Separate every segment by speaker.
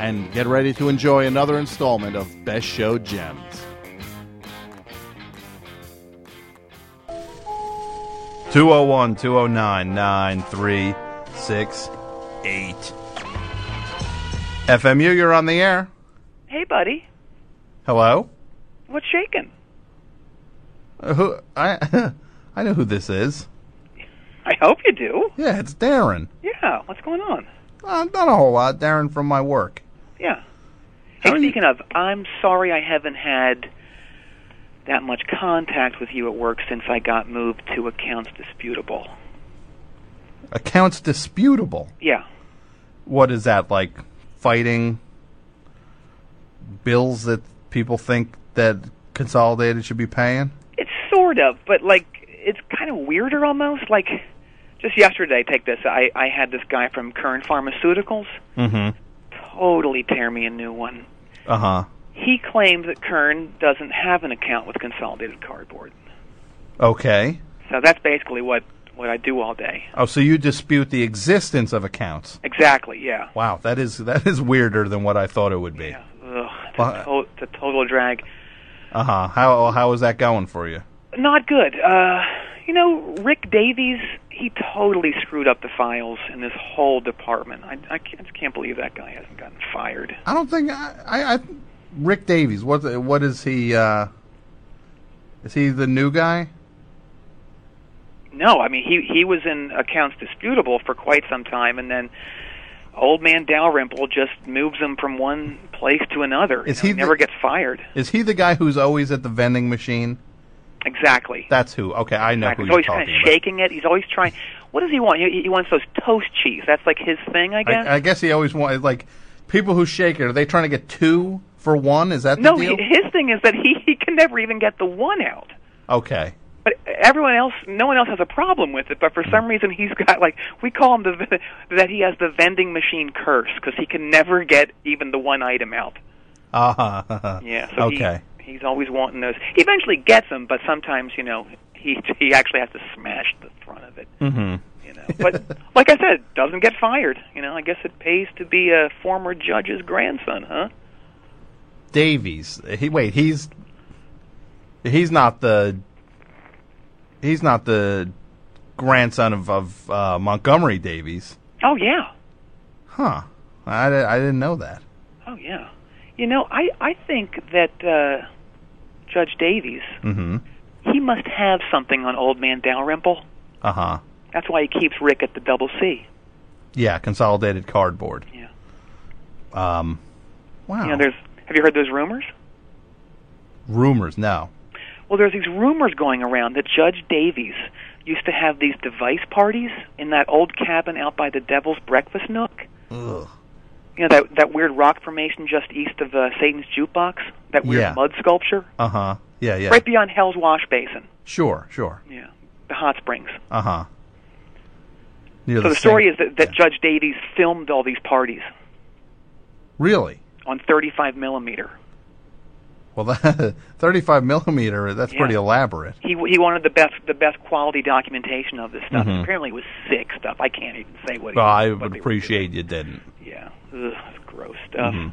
Speaker 1: and get ready to enjoy another installment of Best Show Gems.
Speaker 2: Two zero one two zero nine nine three six eight. FMU, you're on the air.
Speaker 3: Hey, buddy.
Speaker 2: Hello.
Speaker 3: What's shaking?
Speaker 2: Uh, who I I know who this is.
Speaker 3: I hope you do.
Speaker 2: Yeah, it's Darren.
Speaker 3: Yeah. What's going on?
Speaker 2: Uh, not a whole lot. Darren from my work.
Speaker 3: Yeah.
Speaker 2: How
Speaker 3: Hey,
Speaker 2: are you-
Speaker 3: speaking of, I'm sorry I haven't had that much contact with you at work since I got moved to accounts disputable.
Speaker 2: Accounts disputable.
Speaker 3: Yeah.
Speaker 2: What is that like? Fighting bills that people think that Consolidated should be paying.
Speaker 3: It's sort of, but like it's kind of weirder almost. Like just yesterday, take this. I I had this guy from Kern Pharmaceuticals
Speaker 2: Mm-hmm.
Speaker 3: totally tear me a new one.
Speaker 2: Uh huh.
Speaker 3: He claims that Kern doesn't have an account with Consolidated Cardboard.
Speaker 2: Okay.
Speaker 3: So that's basically what what I do all day.
Speaker 2: Oh, so you dispute the existence of accounts?
Speaker 3: Exactly. Yeah.
Speaker 2: Wow, that is that is weirder than what I thought it would be.
Speaker 3: Yeah. Ugh, it's,
Speaker 2: Well,
Speaker 3: a to- it's a total drag.
Speaker 2: Uh huh. How how is that going for you?
Speaker 3: Not good. Uh, you know, Rick Davies, he totally screwed up the files in this whole department. I, I can't, just can't believe that guy hasn't gotten fired.
Speaker 2: I don't think I, I, I Rick Davies. What the- what is he? Uh, is he the new guy?
Speaker 3: No, I mean he he was in accounts disputable for quite some time, and then old man Dalrymple just moves him from one place to another.
Speaker 2: Is
Speaker 3: You know,
Speaker 2: he the-
Speaker 3: never gets fired?
Speaker 2: Is he the guy who's always at the vending machine?
Speaker 3: Exactly.
Speaker 2: That's who. Okay, I know
Speaker 3: Exactly.
Speaker 2: who
Speaker 3: He's
Speaker 2: you're
Speaker 3: always kind
Speaker 2: talking
Speaker 3: of shaking it. He's always trying. What does he want? He, he wants those toast cheese. That's like his thing, I guess.
Speaker 2: about. I, I guess he always wanted like people who shake it. Are they trying to get two for one? Is that the
Speaker 3: No, he,
Speaker 2: deal?
Speaker 3: his thing is that he, he can never even get the one out.
Speaker 2: okay.
Speaker 3: But everyone else, no one else has a problem with it. But for some reason, he's got like we call him the that he has the vending machine curse because he can never get even the one item out.
Speaker 2: Uh
Speaker 3: Yeah. So he-
Speaker 2: okay.
Speaker 3: he's always wanting those. He eventually gets them, but sometimes you know he he actually has to smash the front of it.
Speaker 2: mm-hmm.
Speaker 3: You know. But like I said, doesn't get fired. You know. I guess it pays to be a former judge's grandson, huh?
Speaker 2: Davies. He wait, he's he's not the he's not the grandson of, of uh, Montgomery Davies,
Speaker 3: Oh yeah.
Speaker 2: huh? I, di- I didn't know that.
Speaker 3: Oh yeah. You know, I I think that uh Judge Davies,
Speaker 2: Mm-hmm.
Speaker 3: he must have something on old man Dalrymple.
Speaker 2: Uh huh.
Speaker 3: That's why he keeps Rick at the double C.
Speaker 2: Yeah, consolidated cardboard.
Speaker 3: Yeah.
Speaker 2: Um, wow.
Speaker 3: You know, there's have you heard those rumors?
Speaker 2: rumors. No.
Speaker 3: Well, there's these rumors going around that Judge Davies used to have these device parties in that old cabin out by the Devil's Breakfast Nook.
Speaker 2: Ugh.
Speaker 3: You know that that weird rock formation just east of uh, Satan's jukebox, that weird
Speaker 2: Yeah.
Speaker 3: mud sculpture
Speaker 2: Uh huh. Yeah. Yeah.
Speaker 3: right beyond Hell's Wash Basin.
Speaker 2: Sure. Sure.
Speaker 3: Yeah, the hot springs.
Speaker 2: Uh huh. Near
Speaker 3: So the story
Speaker 2: sink.
Speaker 3: is that, that Judge Davies filmed all these parties
Speaker 2: really
Speaker 3: on 35 millimeter.
Speaker 2: well. That thirty-five millimeter. That's
Speaker 3: Yeah.
Speaker 2: pretty elaborate.
Speaker 3: He he wanted the best the best quality documentation of this stuff.
Speaker 2: Mhm.
Speaker 3: Apparently, it was sick stuff. I can't even say what. He,
Speaker 2: Well, I
Speaker 3: what
Speaker 2: would
Speaker 3: they were
Speaker 2: appreciate you didn't.
Speaker 3: doing. Yeah, Ugh, it's gross stuff.
Speaker 2: Mhm.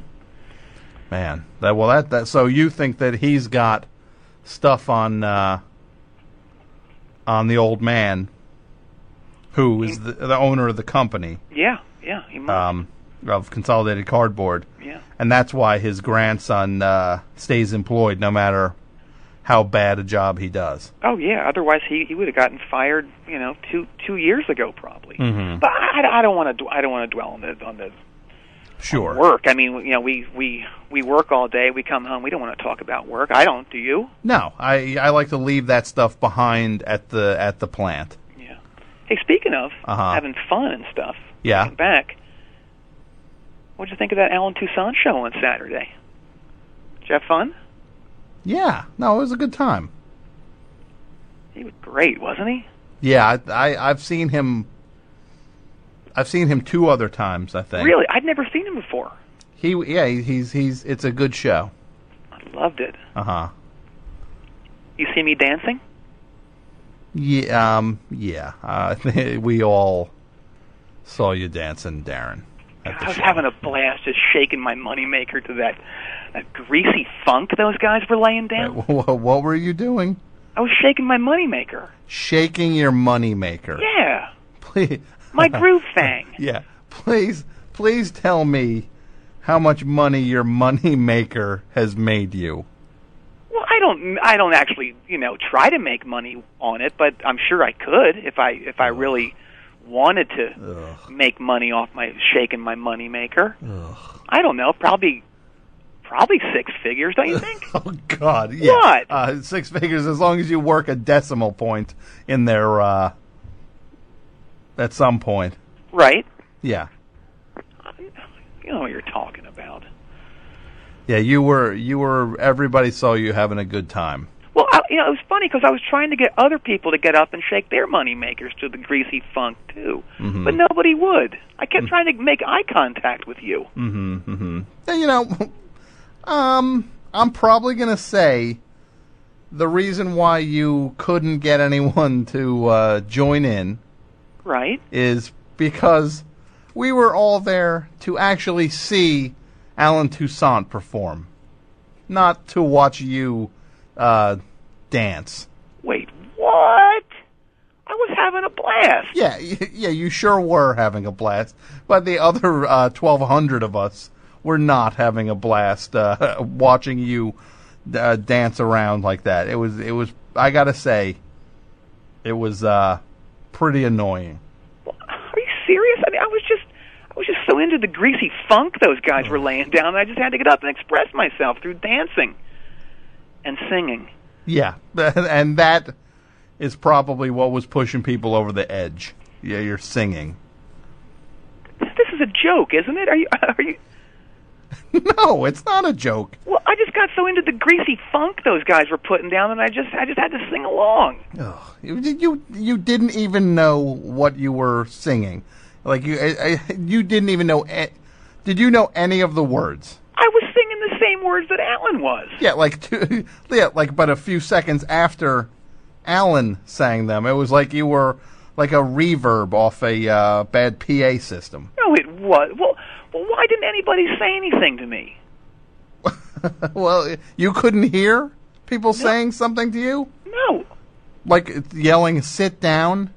Speaker 2: Man, that well that that so you think that he's got stuff on uh on the old man who is the, the owner of the company
Speaker 3: Yeah, yeah, he must.
Speaker 2: um of Consolidated Cardboard
Speaker 3: yeah,
Speaker 2: and that's why his grandson uh stays employed no matter how bad a job he does.
Speaker 3: oh yeah. Otherwise, he he would have gotten fired. You know, two two years ago probably.
Speaker 2: Mhm.
Speaker 3: But I, I don't want to I don't want to dwell on the on the
Speaker 2: Sure.
Speaker 3: work. I mean, you know, we we we work all day. We come home. We don't want to talk about work. I don't. Do you?
Speaker 2: No, I I like to leave that stuff behind at the at the plant.
Speaker 3: Yeah. Hey, speaking of
Speaker 2: Uh-huh.
Speaker 3: having fun and stuff,
Speaker 2: Yeah.
Speaker 3: looking back. What'd you think of that Alan Toussaint show on Saturday? Did you have fun?
Speaker 2: Yeah, no, it was a good time.
Speaker 3: He was great, wasn't he?
Speaker 2: Yeah, I, I I've seen him. I've seen him two other times. I think.
Speaker 3: Really, I'd never seen him before.
Speaker 2: He yeah he- he's he's it's a good show.
Speaker 3: I loved it.
Speaker 2: Uh huh.
Speaker 3: You see me dancing?
Speaker 2: Yeah um yeah uh, we all saw you dancing, Darren. at the
Speaker 3: I was
Speaker 2: show.
Speaker 3: having a blast just shaking my moneymaker to that, that greasy funk those guys were laying down.
Speaker 2: What what were you doing?
Speaker 3: I was shaking my moneymaker.
Speaker 2: Shaking your moneymaker.
Speaker 3: Yeah.
Speaker 2: Please,
Speaker 3: My groove thing.
Speaker 2: yeah. Please, please tell me how much money your moneymaker has made you.
Speaker 3: Well, I don't I don't actually, you know, try to make money on it, but I'm sure I could if I if I really wanted to make money off my shaking my moneymaker. I don't know, probably probably six figures, don't you think?
Speaker 2: Oh God! Yeah.
Speaker 3: What?
Speaker 2: Uh, six figures as long as you work a decimal point in there uh, at some point.
Speaker 3: right?
Speaker 2: Yeah.
Speaker 3: You know what you're talking about.
Speaker 2: Yeah. You were. You were. Everybody saw you having a good time.
Speaker 3: Well, I, you know, it was funny because I was trying to get other people to get up and shake their money makers to the greasy funk too, but nobody would. I kept trying to make eye contact with you.
Speaker 2: And, you know, um, I'm probably gonna say the reason why you couldn't get anyone to uh, join in
Speaker 3: Right?
Speaker 2: is because we were all there to actually see Alan Toussaint perform, not to watch you uh, dance.
Speaker 3: Wait, what? I was having a blast.
Speaker 2: Yeah, y- yeah, you sure were having a blast, but the other uh, 1,200 of us were not having a blast uh, watching you uh, dance around like that. It was, it was. I gotta say, it was uh, pretty annoying.
Speaker 3: Are you serious? I mean, I was just, I was just so into the greasy funk those guys were laying down. I just had to get up and express myself through dancing and singing.
Speaker 2: Yeah, and that is probably what was pushing people over the edge. Yeah, you're singing.
Speaker 3: This is a joke, isn't it? Are you? Are you?
Speaker 2: No, it's not a joke.
Speaker 3: Well, I just got so into the greasy funk those guys were putting down, and I just, I just had to sing along.
Speaker 2: Ugh. You, you you didn't even know what you were singing. Like you I, I, you didn't even know. a- Did you know any of the words?
Speaker 3: I was singing the same words that Alan was.
Speaker 2: Yeah, like two, yeah, like but a few seconds after Alan sang them, it was like you were like a reverb off a uh, bad PA system.
Speaker 3: No, it was. Well, well, why didn't anybody say anything to me?
Speaker 2: well, you couldn't hear people saying something to you,
Speaker 3: No,
Speaker 2: like yelling "sit down."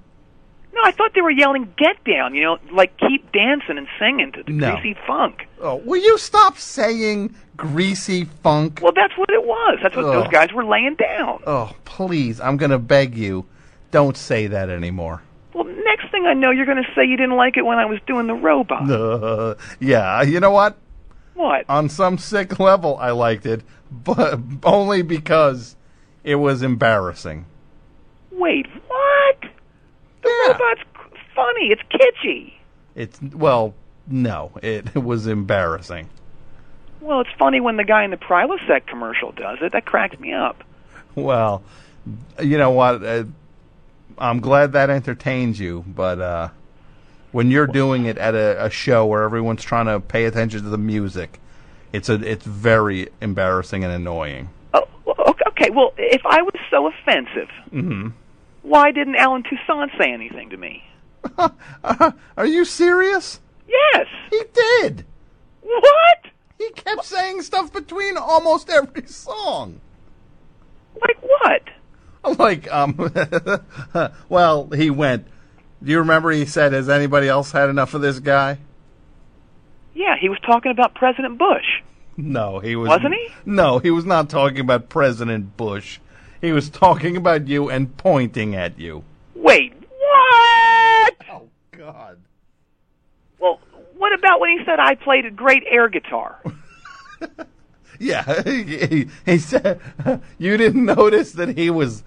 Speaker 3: No, I thought they were yelling "Get down!" You know, like keep dancing and singing to the
Speaker 2: No.
Speaker 3: greasy funk.
Speaker 2: Oh, will you stop saying "greasy funk"?
Speaker 3: Well, that's what it was. That's what those
Speaker 2: Ugh.
Speaker 3: guys were laying down.
Speaker 2: Oh, please, I'm going to beg you, don't say that anymore.
Speaker 3: Well, next thing I know, you're going to say you didn't like it when I was doing the robot.
Speaker 2: Uh, yeah, you know what?
Speaker 3: What?
Speaker 2: On some sick level, I liked it, but only because it was embarrassing.
Speaker 3: Wait, what? The
Speaker 2: Yeah.
Speaker 3: robot's c- funny. It's kitschy.
Speaker 2: It's well, no, it, was embarrassing.
Speaker 3: Well, it's funny when the guy in the Prilosec commercial does it. That cracks me up.
Speaker 2: Well, you know what? Uh, I'm glad that entertains you, but uh, when you're doing it at a, a show where everyone's trying to pay attention to the music, it's a it's very embarrassing and annoying.
Speaker 3: Oh, o- okay. Well, if I was so offensive, why didn't Alan Toussaint say anything to me?
Speaker 2: Are you serious?
Speaker 3: Yes.
Speaker 2: He did.
Speaker 3: What?
Speaker 2: He kept saying stuff between almost every song.
Speaker 3: Like what?
Speaker 2: I'm like, um, well, he went. Do you remember he said, "Has anybody else had enough of this guy?"
Speaker 3: Yeah, he was talking about President Bush.
Speaker 2: No, he was
Speaker 3: Wasn't he?
Speaker 2: No, he was not talking about President Bush. He was talking about you and pointing at you.
Speaker 3: Wait, what?
Speaker 2: Oh God.
Speaker 3: Well, what about when he said I played a great air guitar?
Speaker 2: Yeah, he, he- he said you didn't notice that he was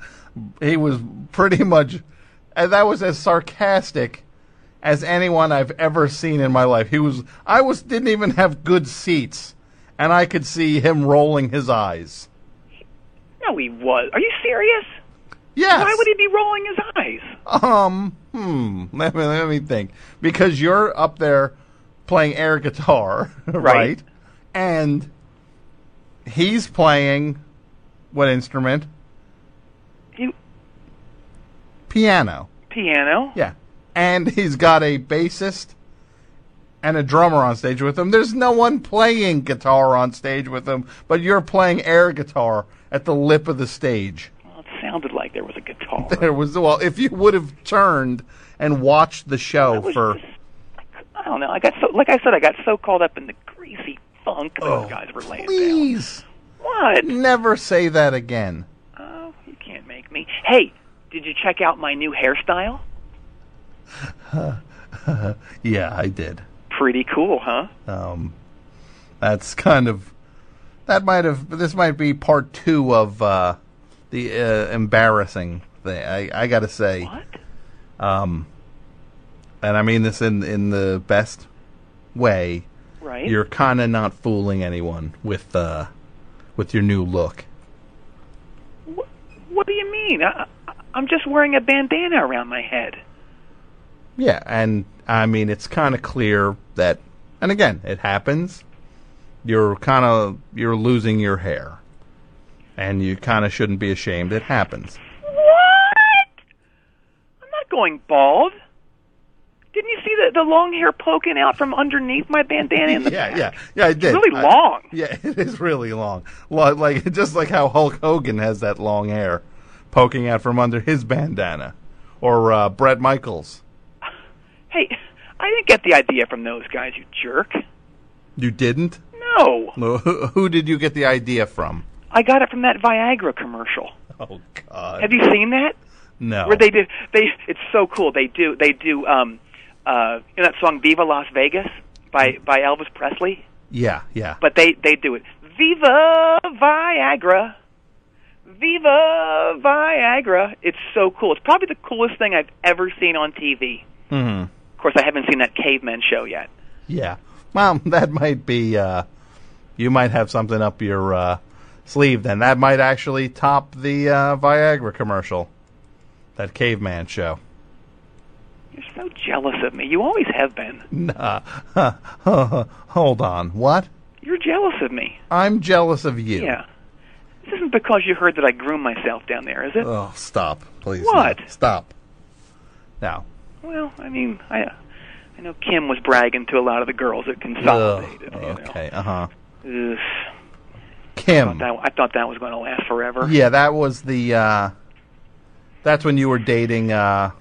Speaker 2: he was pretty much and that was as sarcastic as anyone I've ever seen in my life. He was I was didn't even have good seats, and I could see him rolling his eyes.
Speaker 3: No, he was. Are you serious?
Speaker 2: Yes.
Speaker 3: Why would he be rolling his eyes?
Speaker 2: Um, hmm. Let me, let me think. Because you're up there playing air guitar, right?
Speaker 3: Right.
Speaker 2: And he's playing what instrument?
Speaker 3: He,
Speaker 2: Piano.
Speaker 3: piano.
Speaker 2: Yeah. And he's got a bassist and a drummer on stage with him. There's no one playing guitar on stage with him, but you're playing air guitar at the lip of the stage.
Speaker 3: Well, it sounded like there was a guitar.
Speaker 2: There was well, if you would have turned and watched the show
Speaker 3: I was
Speaker 2: for
Speaker 3: just- I don't know. I got so like I said, I got so caught up in the greasy funk those guys were laying down.
Speaker 2: Oh, Please
Speaker 3: What?
Speaker 2: never say that again.
Speaker 3: Oh, you can't make me. Hey, did you check out my new hairstyle?
Speaker 2: Yeah, I did.
Speaker 3: Pretty cool, huh?
Speaker 2: Um, that's kind of that might have this might be part two of uh, the uh, embarrassing thing. I, I got to say,
Speaker 3: What?
Speaker 2: um, and I mean this in in the best way.
Speaker 3: Right.
Speaker 2: You're kind of not fooling anyone with uh, with your new look.
Speaker 3: What, what do you mean? I, I- I'm just wearing a bandana around my head.
Speaker 2: Yeah, and I mean it's kind of clear that, and again, it happens. You're kind of you're losing your hair, and you kind of shouldn't be ashamed. It happens.
Speaker 3: What? I'm not going bald. Didn't you see the, the long hair poking out from underneath my bandana? In the
Speaker 2: Yeah, yeah, yeah. I did.
Speaker 3: Really
Speaker 2: I-
Speaker 3: long.
Speaker 2: Yeah, it is really long. Lo- Like just like how Hulk Hogan has that long hair poking out from under his bandana, or uh, Brett Michaels.
Speaker 3: Hey, I didn't get the idea from those guys, you jerk.
Speaker 2: You didn't.
Speaker 3: No,
Speaker 2: Who, who did you get the idea from?
Speaker 3: I got it from that Viagra commercial.
Speaker 2: Oh God,
Speaker 3: Have you seen that?
Speaker 2: no.
Speaker 3: Where they did they? It's so cool. They do they do um uh you know that song "Viva Las Vegas" by by Elvis Presley.
Speaker 2: yeah, yeah.
Speaker 3: but they they do it. Viva Viagra. Viva Viagra. It's so cool. It's probably the coolest thing I've ever seen on TV.
Speaker 2: hmm
Speaker 3: Of course, I haven't seen that caveman show yet.
Speaker 2: Yeah. Well, that might be. Uh, you might have something up your uh, sleeve then. That might actually top the uh, Viagra commercial, that caveman show.
Speaker 3: You're so jealous of me. You always have been.
Speaker 2: Nah. Hold on. What?
Speaker 3: You're jealous of me.
Speaker 2: I'm jealous of you.
Speaker 3: Yeah. This isn't because you heard that I groom myself down there, is it?
Speaker 2: Oh, stop, please.
Speaker 3: What?
Speaker 2: no. Stop. Now.
Speaker 3: well, I mean, I I know Kim was bragging to a lot of the girls at
Speaker 2: Ugh.
Speaker 3: Consolidated.
Speaker 2: Okay. Uh huh.
Speaker 3: You know. Ugh.
Speaker 2: Kim.
Speaker 3: That, I thought that was going to last forever.
Speaker 2: Yeah, that was the. Uh, that's when you were dating uh,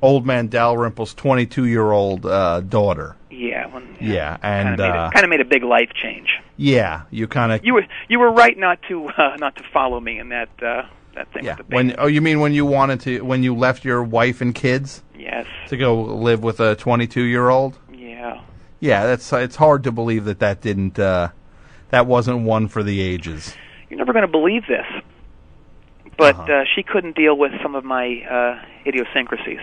Speaker 2: old man Dalrymple's twenty-two-year-old uh, daughter.
Speaker 3: Yeah, when,
Speaker 2: Yeah,
Speaker 3: kind
Speaker 2: and
Speaker 3: of made,
Speaker 2: uh,
Speaker 3: a, kind of made a big life change.
Speaker 2: yeah, you kind of
Speaker 3: You were you were right not to uh, not to follow me in that uh, that thing.
Speaker 2: yeah.
Speaker 3: With the
Speaker 2: When
Speaker 3: band.
Speaker 2: oh, you mean when you wanted to when you left your wife and kids
Speaker 3: yes,
Speaker 2: to go live with a 22-year-old?
Speaker 3: yeah.
Speaker 2: Yeah, that's it's hard to believe that that didn't uh, that wasn't one for the ages.
Speaker 3: You're never going to believe this, but uh
Speaker 2: Uh-huh.
Speaker 3: she couldn't deal with some of my uh, idiosyncrasies.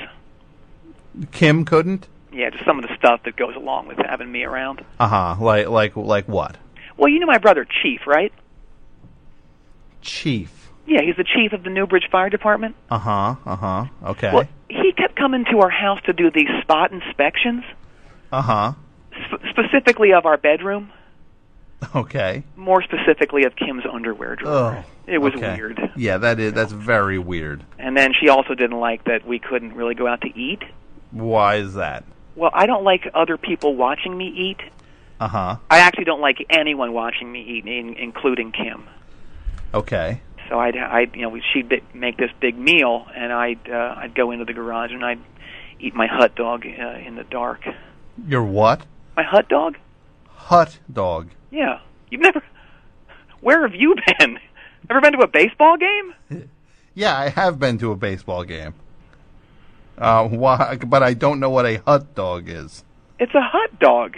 Speaker 2: Kim couldn't.
Speaker 3: Yeah, just some of the stuff that goes along with having me around.
Speaker 2: Uh huh. Like like like what?
Speaker 3: Well, you know my brother Chief, right?
Speaker 2: Chief.
Speaker 3: Yeah, he's the chief of the Newbridge Fire Department.
Speaker 2: Uh huh. Uh huh. Okay.
Speaker 3: Well, he kept coming to our house to do these spot inspections,
Speaker 2: Uh huh.
Speaker 3: sp- specifically of our bedroom.
Speaker 2: Okay.
Speaker 3: more specifically of Kim's underwear drawer.
Speaker 2: Oh,
Speaker 3: it was
Speaker 2: okay.
Speaker 3: weird.
Speaker 2: Yeah, that is that's very weird.
Speaker 3: And then she also didn't like that we couldn't really go out to eat.
Speaker 2: Why is that?
Speaker 3: Well, I don't like other people watching me eat.
Speaker 2: Uh huh.
Speaker 3: I actually don't like anyone watching me eat, in, including Kim.
Speaker 2: Okay.
Speaker 3: So I'd, I'd, you know, she'd bi- make this big meal, and I'd, uh, I'd go into the garage and I'd eat my hot dog uh, in the dark.
Speaker 2: Your what?
Speaker 3: My hot dog?
Speaker 2: Hut dog.
Speaker 3: Yeah. You've never. Where have you been? Ever been to a baseball game?
Speaker 2: Yeah, I have been to a baseball game. Uh, why? But I don't know what a hut dog is.
Speaker 3: It's a hot dog.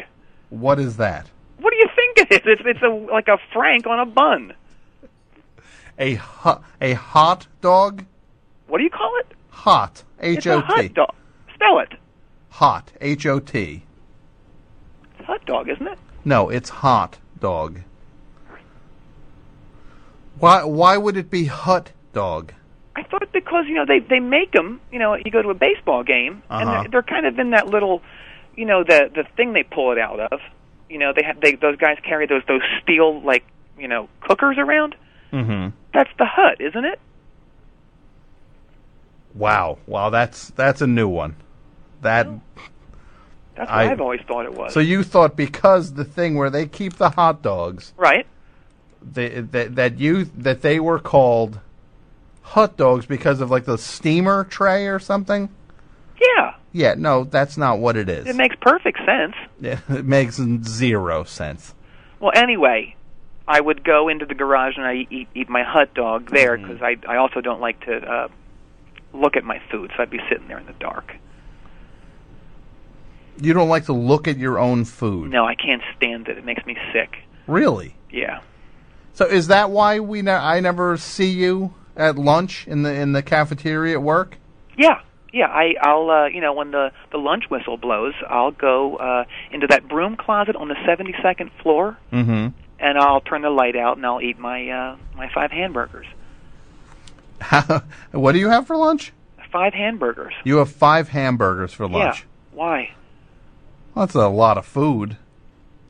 Speaker 2: What is that?
Speaker 3: What do you think it is? It's it's a like a frank on a bun.
Speaker 2: A hot a hot dog?
Speaker 3: What do you call it?
Speaker 2: Hot.
Speaker 3: It's
Speaker 2: H
Speaker 3: a
Speaker 2: O
Speaker 3: hot
Speaker 2: T.
Speaker 3: dog. Spell it.
Speaker 2: Hot. H O T.
Speaker 3: It's a hot dog, isn't it?
Speaker 2: No, it's hot dog. Why? Why would it be hut dog?
Speaker 3: I thought because you know they they make them. You know, you go to a baseball game and
Speaker 2: Uh-huh.
Speaker 3: they're, they're kind of in that little, you know, the the thing they pull it out of. You know, they have they those guys carry those those steel like you know cookers around.
Speaker 2: Mm-hmm.
Speaker 3: That's the hut, isn't it?
Speaker 2: Wow. Wow. That's that's a new one. That.
Speaker 3: That's what
Speaker 2: I-
Speaker 3: I've always thought it was.
Speaker 2: So you thought because the thing where they keep the hot dogs,
Speaker 3: right?
Speaker 2: they, that that you that they were called hot dogs because of like the steamer tray or something?
Speaker 3: Yeah,
Speaker 2: Yeah. No, that's not what it is.
Speaker 3: it makes perfect sense.
Speaker 2: Yeah, it makes zero sense.
Speaker 3: Well, anyway, I would go into the garage and I eat eat my hot dog there because I I also don't like to uh, look at my food, so I'd be sitting there in the dark.
Speaker 2: You don't like to look at your own food.
Speaker 3: No, I can't stand it. It makes me sick.
Speaker 2: Really?
Speaker 3: Yeah.
Speaker 2: So is that why we ne- I never see you at lunch in the in the cafeteria at work?
Speaker 3: Yeah, yeah. I, I'll, uh, you know, when the the lunch whistle blows, I'll go uh, into that broom closet on the seventy second floor,
Speaker 2: Mhm.
Speaker 3: and I'll turn the light out, and I'll eat my uh, my five hamburgers.
Speaker 2: what do you have for lunch?
Speaker 3: Five hamburgers.
Speaker 2: You have 5 hamburgers for lunch.
Speaker 3: Yeah. Why?
Speaker 2: That's a lot of food.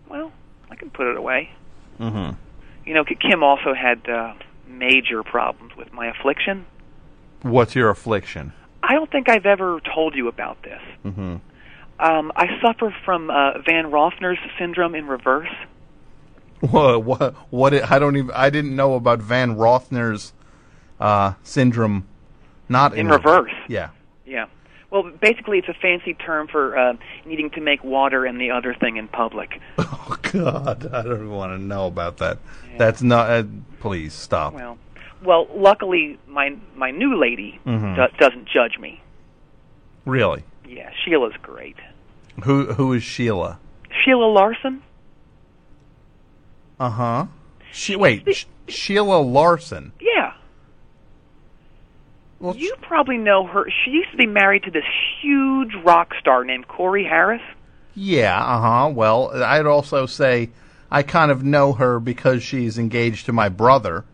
Speaker 3: Well, I can put it away. Mm-hmm. You know, K- Kim also had uh, major problems with my affliction.
Speaker 2: What's your affliction?
Speaker 3: I don't think I've ever told you about this. Mm-hmm. Um, I suffer from uh, Van Rothner's syndrome in reverse.
Speaker 2: What what, what it, I don't even I didn't know about Van Rothner's uh, syndrome not in,
Speaker 3: In reverse.
Speaker 2: Yeah.
Speaker 3: Yeah. Well, basically, it's a fancy term for uh, needing to make water and the other thing in public.
Speaker 2: Oh god, I don't want to know about that. That's not uh, please stop.
Speaker 3: Well, well, luckily, my my new lady do- doesn't judge me.
Speaker 2: really.
Speaker 3: Yeah, Sheila's great.
Speaker 2: Who who is Sheila?
Speaker 3: Sheila Larson.
Speaker 2: Uh huh. She wait, Sh- Sheila Larson.
Speaker 3: Yeah,
Speaker 2: Well,
Speaker 3: you probably know her. She used to be married to this huge rock star named Corey Harris.
Speaker 2: yeah, uh huh. Well, I'd also say I kind of know her because she's engaged to my brother.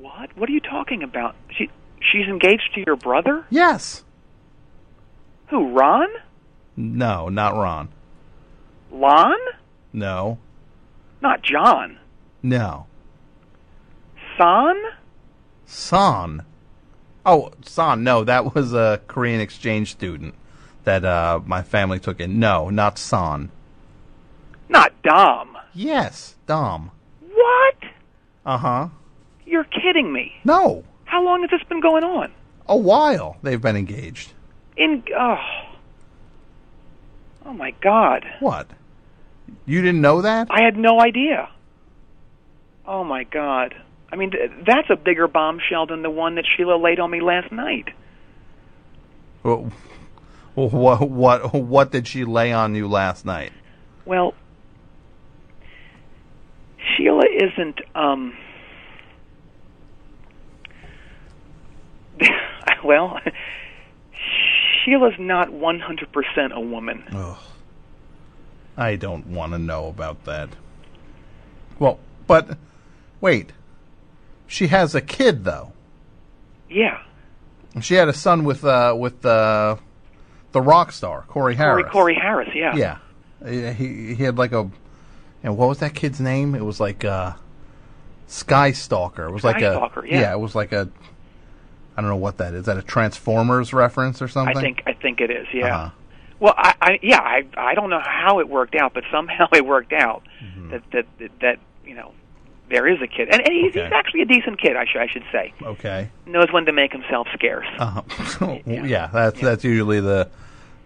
Speaker 3: What? What are you talking about? She she's engaged to your brother?
Speaker 2: Yes.
Speaker 3: Who? Ron?
Speaker 2: No, not Ron.
Speaker 3: Lon?
Speaker 2: No,
Speaker 3: Not John.
Speaker 2: no.
Speaker 3: Son?
Speaker 2: Son. Oh, Son. No, that was a Korean exchange student that uh, my family took in. No, not Son.
Speaker 3: Not Dom.
Speaker 2: Yes, Dom.
Speaker 3: What?
Speaker 2: Uh huh.
Speaker 3: You're kidding me.
Speaker 2: No,
Speaker 3: How long has this been going on?
Speaker 2: a while they've been engaged.
Speaker 3: In oh, oh my God!
Speaker 2: What? You didn't know that?
Speaker 3: I had no idea. Oh my God! I mean, th- that's a bigger bombshell than the one that Sheila laid on me last night.
Speaker 2: Well, what what what did she lay on you last night?
Speaker 3: Well, Sheila isn't. um Well, Sheila's not 100% a woman.
Speaker 2: Ugh. I don't want to know about that. Well, but wait. She has a kid though.
Speaker 3: Yeah.
Speaker 2: She had a son with uh with uh, the rock star Corey
Speaker 3: Corey,
Speaker 2: Harris.
Speaker 3: Corey Harris, yeah.
Speaker 2: Yeah. Uh, He he had like a and what was that kid's name? It was like uh Sky Stalker. It was like a
Speaker 3: Skystalker, yeah.
Speaker 2: it was like a I don't know what that is. Is that a Transformers reference or something?
Speaker 3: I think I think it is. Yeah.
Speaker 2: Uh-huh.
Speaker 3: Well, I, I yeah, I I don't know how it worked out, but somehow it worked out
Speaker 2: Mm-hmm.
Speaker 3: that, that that that you know there is a kid, and, and he's, he's
Speaker 2: Okay.
Speaker 3: actually a decent kid, I should I should say.
Speaker 2: Okay.
Speaker 3: Knows when to make himself scarce.
Speaker 2: Uh, yeah. that's that's usually the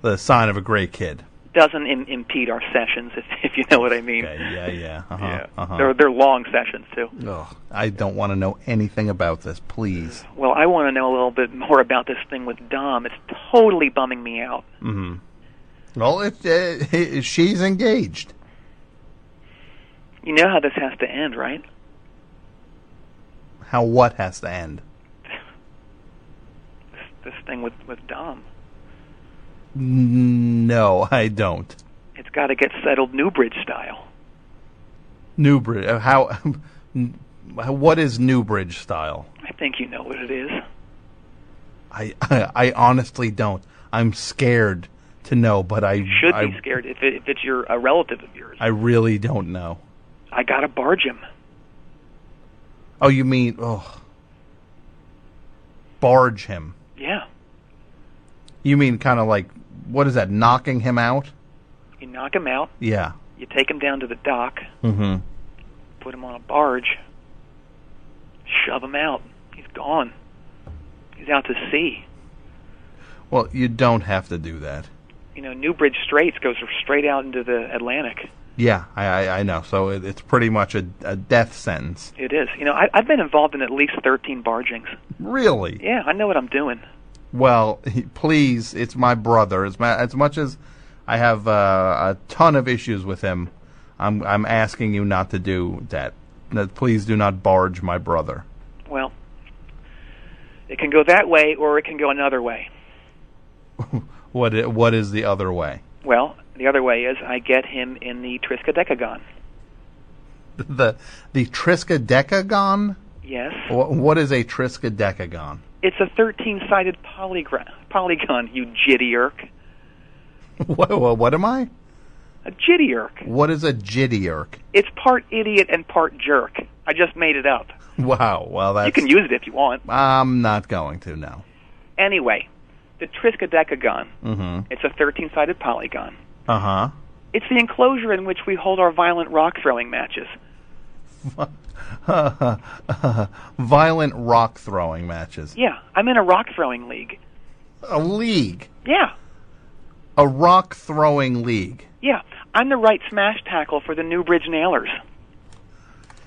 Speaker 2: the sign of a great kid.
Speaker 3: Doesn't Im- impede our sessions, if if you know what I mean.
Speaker 2: Okay, yeah, yeah. Uh-huh,
Speaker 3: Yeah.
Speaker 2: Uh-huh.
Speaker 3: They're they're long sessions too.
Speaker 2: Ugh, I don't want to know anything about this, please.
Speaker 3: Well, I want to know a little bit more about this thing with Dom. It's totally bumming me out.
Speaker 2: Well, it, uh, he- she's engaged.
Speaker 3: You know how this has to end, right?
Speaker 2: How what has to end?
Speaker 3: This, this thing with with Dom.
Speaker 2: No, I don't.
Speaker 3: It's got to get settled Newbridge style.
Speaker 2: Newbridge. uh, How? What is Newbridge style?
Speaker 3: I think you know what it is.
Speaker 2: I I, I honestly don't. I'm scared to know, but I
Speaker 3: Should
Speaker 2: I,
Speaker 3: be scared if, it, if it's your a relative of yours.
Speaker 2: I really don't know.
Speaker 3: I got to barge him.
Speaker 2: Oh, you mean oh, barge him?
Speaker 3: Yeah,
Speaker 2: You mean kind of like what is that? Knocking him out?
Speaker 3: you knock him out.
Speaker 2: Yeah.
Speaker 3: You take him down to the dock.
Speaker 2: Mm-hmm.
Speaker 3: put him on a barge, shove him out. He's gone. He's out to sea.
Speaker 2: Well, you don't have to do that.
Speaker 3: You know, Newbridge Straits goes straight out into the Atlantic.
Speaker 2: Yeah, I I, I know. So it, it's pretty much a, a death sentence.
Speaker 3: It is. You know, I, I've been involved in at least 13 bargings.
Speaker 2: Really?
Speaker 3: Yeah, I know what I'm doing.
Speaker 2: Well, please, it's my brother. As, ma- as much as I have uh, a ton of issues with him, I'm I'm asking you not to do that. No, please do not barge my brother.
Speaker 3: Well, it can go that way or it can go another way.
Speaker 2: What i- what is the other way?
Speaker 3: Well, the other way is I get him in the Triskaidekagon.
Speaker 2: The the triskaidekagon.
Speaker 3: Yes.
Speaker 2: Wha- What is a triskaidekagon?
Speaker 3: It's a 13 sided polygra- polygon, you jitty irk.
Speaker 2: What, what what am I?
Speaker 3: A jitty irk.
Speaker 2: What is a jitty irk?
Speaker 3: It's part idiot and part jerk. I just made it up.
Speaker 2: Wow. Well, that's
Speaker 3: You can use it if you want.
Speaker 2: I'm not going to now.
Speaker 3: Anyway, the triskaidekagon. Mm-hmm. It's a 13-sided polygon.
Speaker 2: Uh huh.
Speaker 3: It's the enclosure in which we hold our violent rock throwing matches.
Speaker 2: Violent rock throwing matches.
Speaker 3: Yeah, I'm in a rock throwing league.
Speaker 2: A league.
Speaker 3: Yeah,
Speaker 2: A rock throwing league.
Speaker 3: yeah. I'm the right smash tackle for the Newbridge Nailers.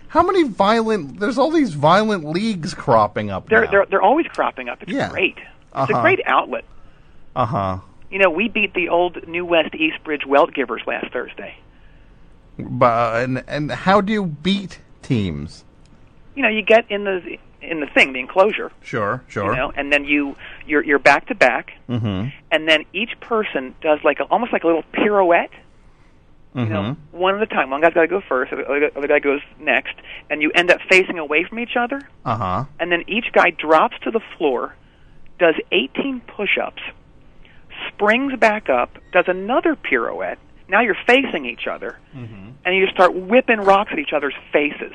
Speaker 2: How many violent? There's all these violent leagues cropping up
Speaker 3: They're
Speaker 2: now.
Speaker 3: they're they're always cropping up. It's
Speaker 2: Yeah.
Speaker 3: great. It's
Speaker 2: Uh-huh.
Speaker 3: a great outlet.
Speaker 2: uh huh.
Speaker 3: You know, we beat the old New West Eastbridge Welt Givers last Thursday.
Speaker 2: But uh, and and how do you beat teams?
Speaker 3: You know, you get in the in the thing, the enclosure.
Speaker 2: Sure, sure.
Speaker 3: you know, and then you you're you're back to back,
Speaker 2: Mhm.
Speaker 3: and then each person does like a, almost like a little pirouette. You know, one at a time. One guy's got to go first, the other other guy goes next, and you end up facing away from each other.
Speaker 2: Uh huh.
Speaker 3: And then each guy drops to the floor, does 18 push-ups, springs back up, does another pirouette. Now you're facing each other, and you just start whipping rocks at each other's faces.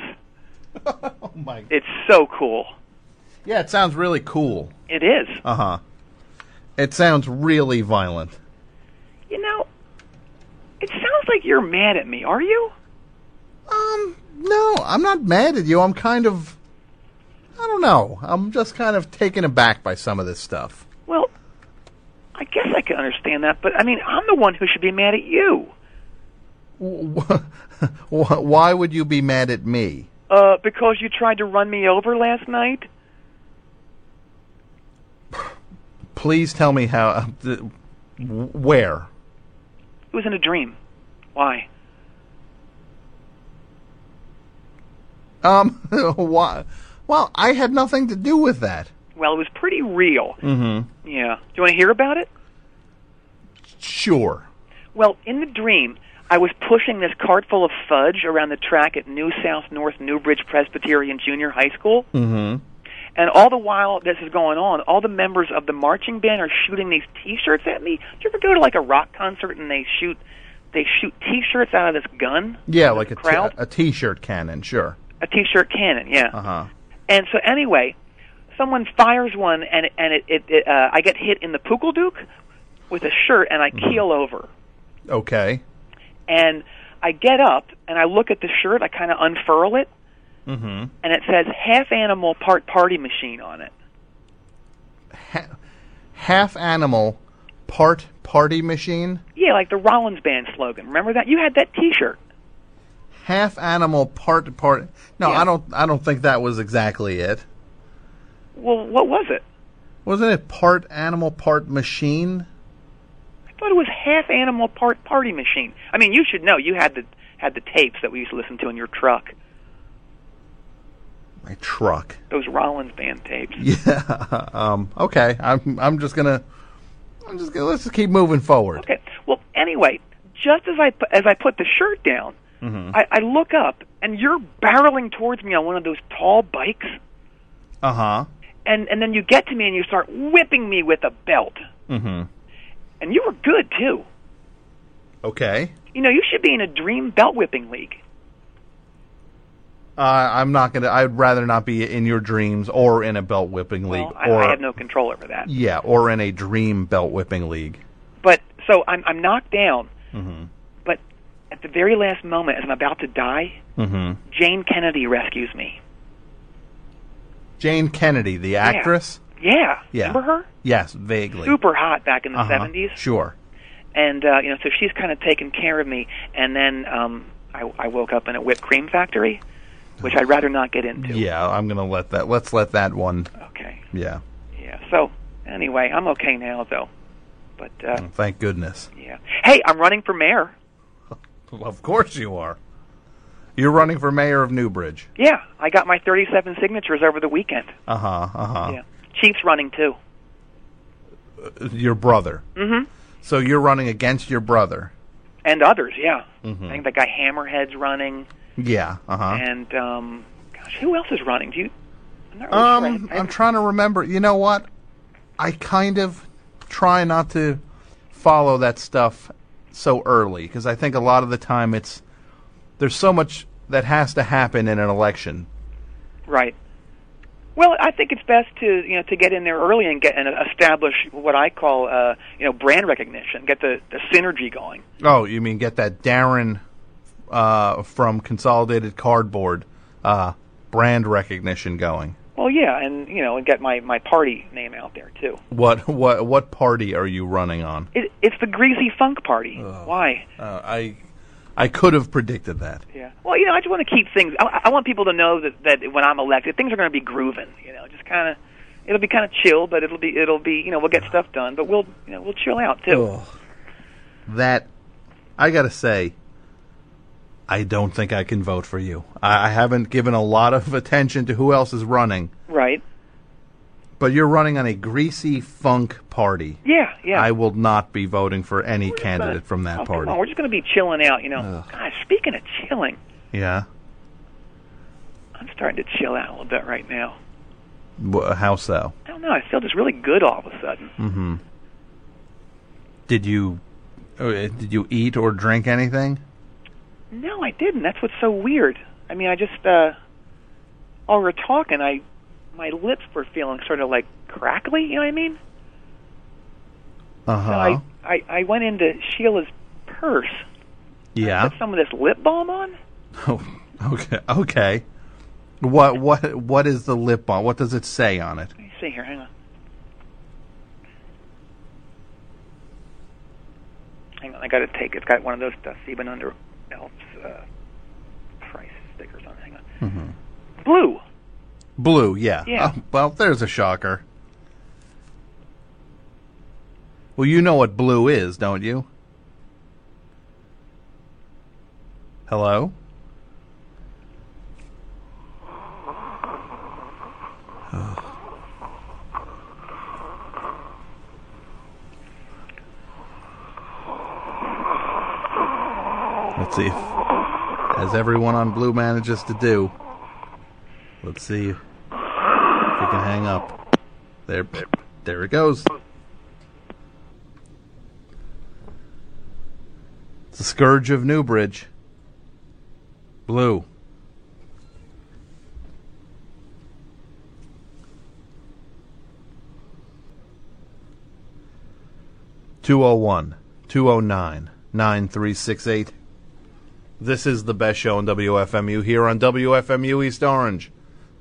Speaker 2: Oh my.
Speaker 3: It's so cool.
Speaker 2: Yeah, it sounds really cool.
Speaker 3: It is.
Speaker 2: Uh huh. It sounds really violent.
Speaker 3: You know, it sounds like you're mad at me, are you?
Speaker 2: Um, no, I'm not mad at you. I'm kind of, I don't know. I'm just kind of taken aback by some of this stuff.
Speaker 3: Well, I guess I can understand that, but I mean, I'm the one who should be mad at you.
Speaker 2: W- wh- Why would you be mad at me?
Speaker 3: Uh, because you tried to run me over last night?
Speaker 2: Please tell me how. Uh, th- where?
Speaker 3: It was in a dream. Why?
Speaker 2: Um, why? Well, I had nothing to do with that.
Speaker 3: Well, it was pretty real. Mm-hmm. Yeah. Do you want to hear about it?
Speaker 2: Sure.
Speaker 3: Well, in the dream, I was pushing this cart full of fudge around the track at New South North Newbridge Presbyterian Junior High School. Mm-hmm. And all the while this is going on, all the members of the marching band are shooting these T-shirts at me. Do you ever go to like a rock concert and they shoot they shoot T-shirts out of this gun?
Speaker 2: Yeah,
Speaker 3: Of
Speaker 2: like
Speaker 3: the
Speaker 2: a t-
Speaker 3: crowd,
Speaker 2: a t-shirt cannon. Sure.
Speaker 3: a T-shirt cannon. Yeah.
Speaker 2: Uh huh.
Speaker 3: And so anyway, someone fires one, and and it, it, it uh, I get hit in the Pukelduk with a shirt, and I keel over.
Speaker 2: Okay.
Speaker 3: And I get up and I look at the shirt. I kind of unfurl it,
Speaker 2: Mm-hmm.
Speaker 3: and it says half animal, part party machine on it.
Speaker 2: Ha- half animal, part party machine.
Speaker 3: Yeah, like the Rollins band slogan. Remember that? You had that T-shirt.
Speaker 2: half animal, part part. No,
Speaker 3: Yeah.
Speaker 2: I don't. I don't think that was exactly it.
Speaker 3: Well, what was it?
Speaker 2: Wasn't it part animal, part machine?
Speaker 3: I thought it was half animal, part party machine. I mean, you should know. You had the had the tapes that we used to listen to in your truck.
Speaker 2: My truck.
Speaker 3: Those Rollins band tapes.
Speaker 2: Yeah. Um, okay. I'm. I'm just gonna. I'm just gonna, let's just keep moving forward.
Speaker 3: Okay. Well, anyway, just as I pu- as I put the shirt down, I, I look up and you're barreling towards me on one of those tall bikes,
Speaker 2: Uh huh.
Speaker 3: and and then you get to me and you start whipping me with a belt. Mm-hmm. And you were good too.
Speaker 2: Okay.
Speaker 3: You know, you should be in a dream belt whipping league.
Speaker 2: Uh, I'm not gonna. I'd rather not be in your dreams or in a belt whipping league,
Speaker 3: Well, I,
Speaker 2: or
Speaker 3: I have no control over that.
Speaker 2: yeah, or in a dream belt whipping league.
Speaker 3: But so I'm I'm knocked down.
Speaker 2: Mm-hmm.
Speaker 3: But at the very last moment, as I'm about to die,
Speaker 2: Mm-hmm.
Speaker 3: Jane Kennedy rescues me.
Speaker 2: Jane Kennedy, the actress.
Speaker 3: Yeah.
Speaker 2: Yeah.
Speaker 3: Remember her?
Speaker 2: Yes, vaguely.
Speaker 3: Super hot back in the
Speaker 2: Uh-huh.
Speaker 3: 70s.
Speaker 2: Sure.
Speaker 3: and uh, you know, so she's kind of taking care of me. And then um, I, I woke up in a whipped cream factory, which I'd rather not get into.
Speaker 2: Yeah, I'm gonna let that. Let's let that one.
Speaker 3: Okay.
Speaker 2: Yeah.
Speaker 3: Yeah. So anyway, I'm okay now though. But uh,
Speaker 2: Thank goodness.
Speaker 3: yeah. Hey, I'm running for mayor.
Speaker 2: Well, of course you are. You're running for mayor of Newbridge.
Speaker 3: Yeah, I got my 37 signatures over the weekend.
Speaker 2: Uh huh. Uh huh.
Speaker 3: Yeah. Chief's running too.
Speaker 2: Your brother. Mm-hmm. So you're running against your brother.
Speaker 3: And others, yeah.
Speaker 2: Mm-hmm.
Speaker 3: I think that guy Hammerhead's running,
Speaker 2: Yeah. Uh huh.
Speaker 3: and um, gosh, who else is running? Do you? I'm not really sure.
Speaker 2: Um,
Speaker 3: I- I
Speaker 2: I'm
Speaker 3: haven't-
Speaker 2: trying to remember. You know what? I kind of try not to follow that stuff so early because I think a lot of the time it's there's so much that has to happen in an election.
Speaker 3: Right. Well, I think it's best to you know to get in there early and get and establish what I call uh, you know brand recognition, get the, the synergy going.
Speaker 2: Oh, you mean get that Darren uh, from Consolidated Cardboard uh, brand recognition going?
Speaker 3: Well, yeah, and you know and get my my party name out there too.
Speaker 2: What what what party are you running on?
Speaker 3: It, it's the greasy funk party. Why?
Speaker 2: Uh, I I could have predicted that.
Speaker 3: Yeah. Well, you know, I just want to keep things. I, I want people to know that that when I'm elected, things are going to be grooving. You know, just kind of. It'll be kind of chill, but it'll be it'll be you know we'll get stuff done, but we'll you know we'll chill out too.
Speaker 2: Oh. That I gotta say, I don't think I can vote for you. I, I haven't given a lot of attention to who else is running,
Speaker 3: Right?
Speaker 2: but you're running on a greasy funk party.
Speaker 3: Yeah. Yeah.
Speaker 2: I will not be voting for any candidate
Speaker 3: But-
Speaker 2: from that
Speaker 3: oh,
Speaker 2: party.
Speaker 3: Come on, we're just going to be chilling out, you know. Gosh, speaking of chilling,
Speaker 2: Yeah.
Speaker 3: I'm starting to chill out a little bit right now.
Speaker 2: Wh- How so?
Speaker 3: I don't know. I feel just really good all of a sudden.
Speaker 2: Did you uh, did you eat or drink anything?
Speaker 3: No, I didn't. That's what's so weird. I mean, I just uh while we were talking, I my lips were feeling sort of like crackly. You know what I mean?
Speaker 2: Uh
Speaker 3: So
Speaker 2: huh.
Speaker 3: I, I I went into Sheila's purse,
Speaker 2: Yeah.
Speaker 3: put some of this lip balm on.
Speaker 2: Oh, okay. Okay. What what what is the lip balm? What does it say on it?
Speaker 3: Let me see here. Hang on. Hang on. I got to take. It's got one of those Dusty Under Elf's uh, price stickers on. it. Hang on. Blue.
Speaker 2: Blue, yeah.
Speaker 3: Yeah.
Speaker 2: Oh, well, there's a shocker. Well, you know what blue is, don't you? Hello? Let's see if, as everyone on blue manages to do, let's see if we can hang up. There, there it goes. It's the scourge of Newbridge. Blue. Two oh one, two oh nine, nine three six eight. This is the best show on WFMU here on WFMU East Orange,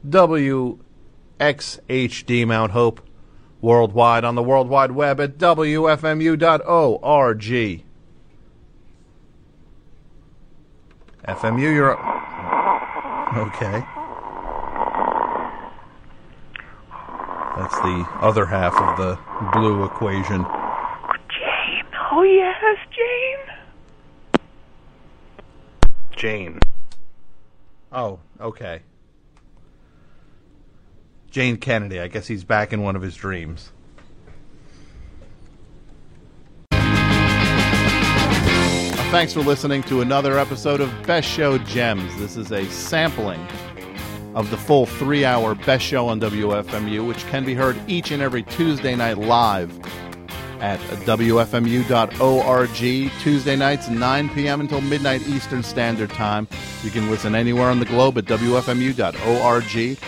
Speaker 2: WXHD Mount Hope, worldwide on the World Wide Web at WFMU.org. FMU, you're up. Okay. That's the other half of the blue equation.
Speaker 3: Jane. Oh yes, Jane.
Speaker 2: Jane. Oh, okay. Jane Kennedy. I guess he's back in one of his dreams. Thanks for listening to another episode of Best Show Gems. This is a sampling of the full three hour Best Show on WFMU, which can be heard each and every Tuesday night live at WFMU.org, Tuesday nights, 9 p.m. until midnight Eastern Standard Time. You can listen anywhere on the globe at WFMU.org.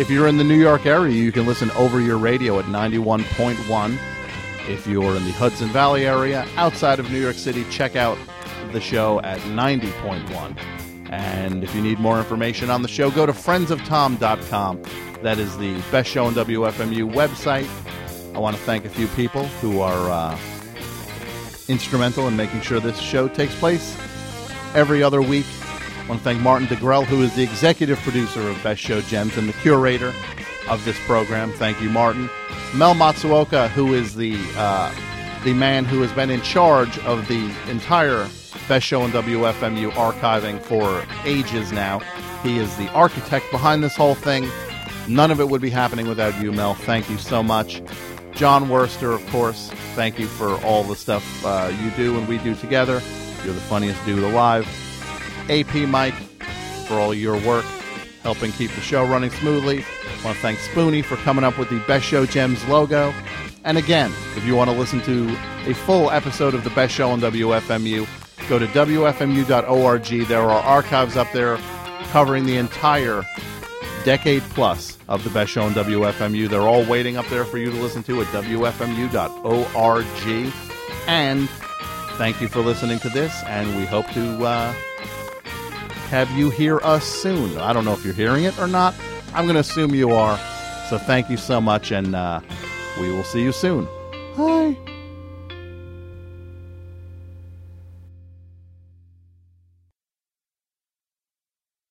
Speaker 2: If you're in the New York area, you can listen over your radio at 91.1. If you're in the Hudson Valley area outside of New York City, check out the show at 90.1. And if you need more information on the show, go to friendsoftom.com. That is the best show on WFMU website. I want to thank a few people who are uh, instrumental in making sure this show takes place every other week. I want to thank Martin DeGrell, who is the executive producer of Best Show Gems and the curator of this program. Thank you, Martin. Mel Matsuoka, who is the uh, the man who has been in charge of the entire Best Show and WFMU archiving for ages now. He is the architect behind this whole thing. None of it would be happening without you, Mel. Thank you so much. John Worster, of course, thank you for all the stuff uh, you do and we do together. You're the funniest dude alive. AP Mike, for all your work helping keep the show running smoothly. I want to thank Spoonie for coming up with the Best Show Gems logo. And again, if you want to listen to a full episode of the Best Show on WFMU, go to WFMU.org. There are archives up there covering the entire decade plus of the Best Show on WFMU. They're all waiting up there for you to listen to at WFMU.org. And thank you for listening to this, and we hope to. Uh, have you hear us soon. I don't know if you're hearing it or not. I'm going to assume you are. So thank you so much, and uh, we will see you soon. Bye.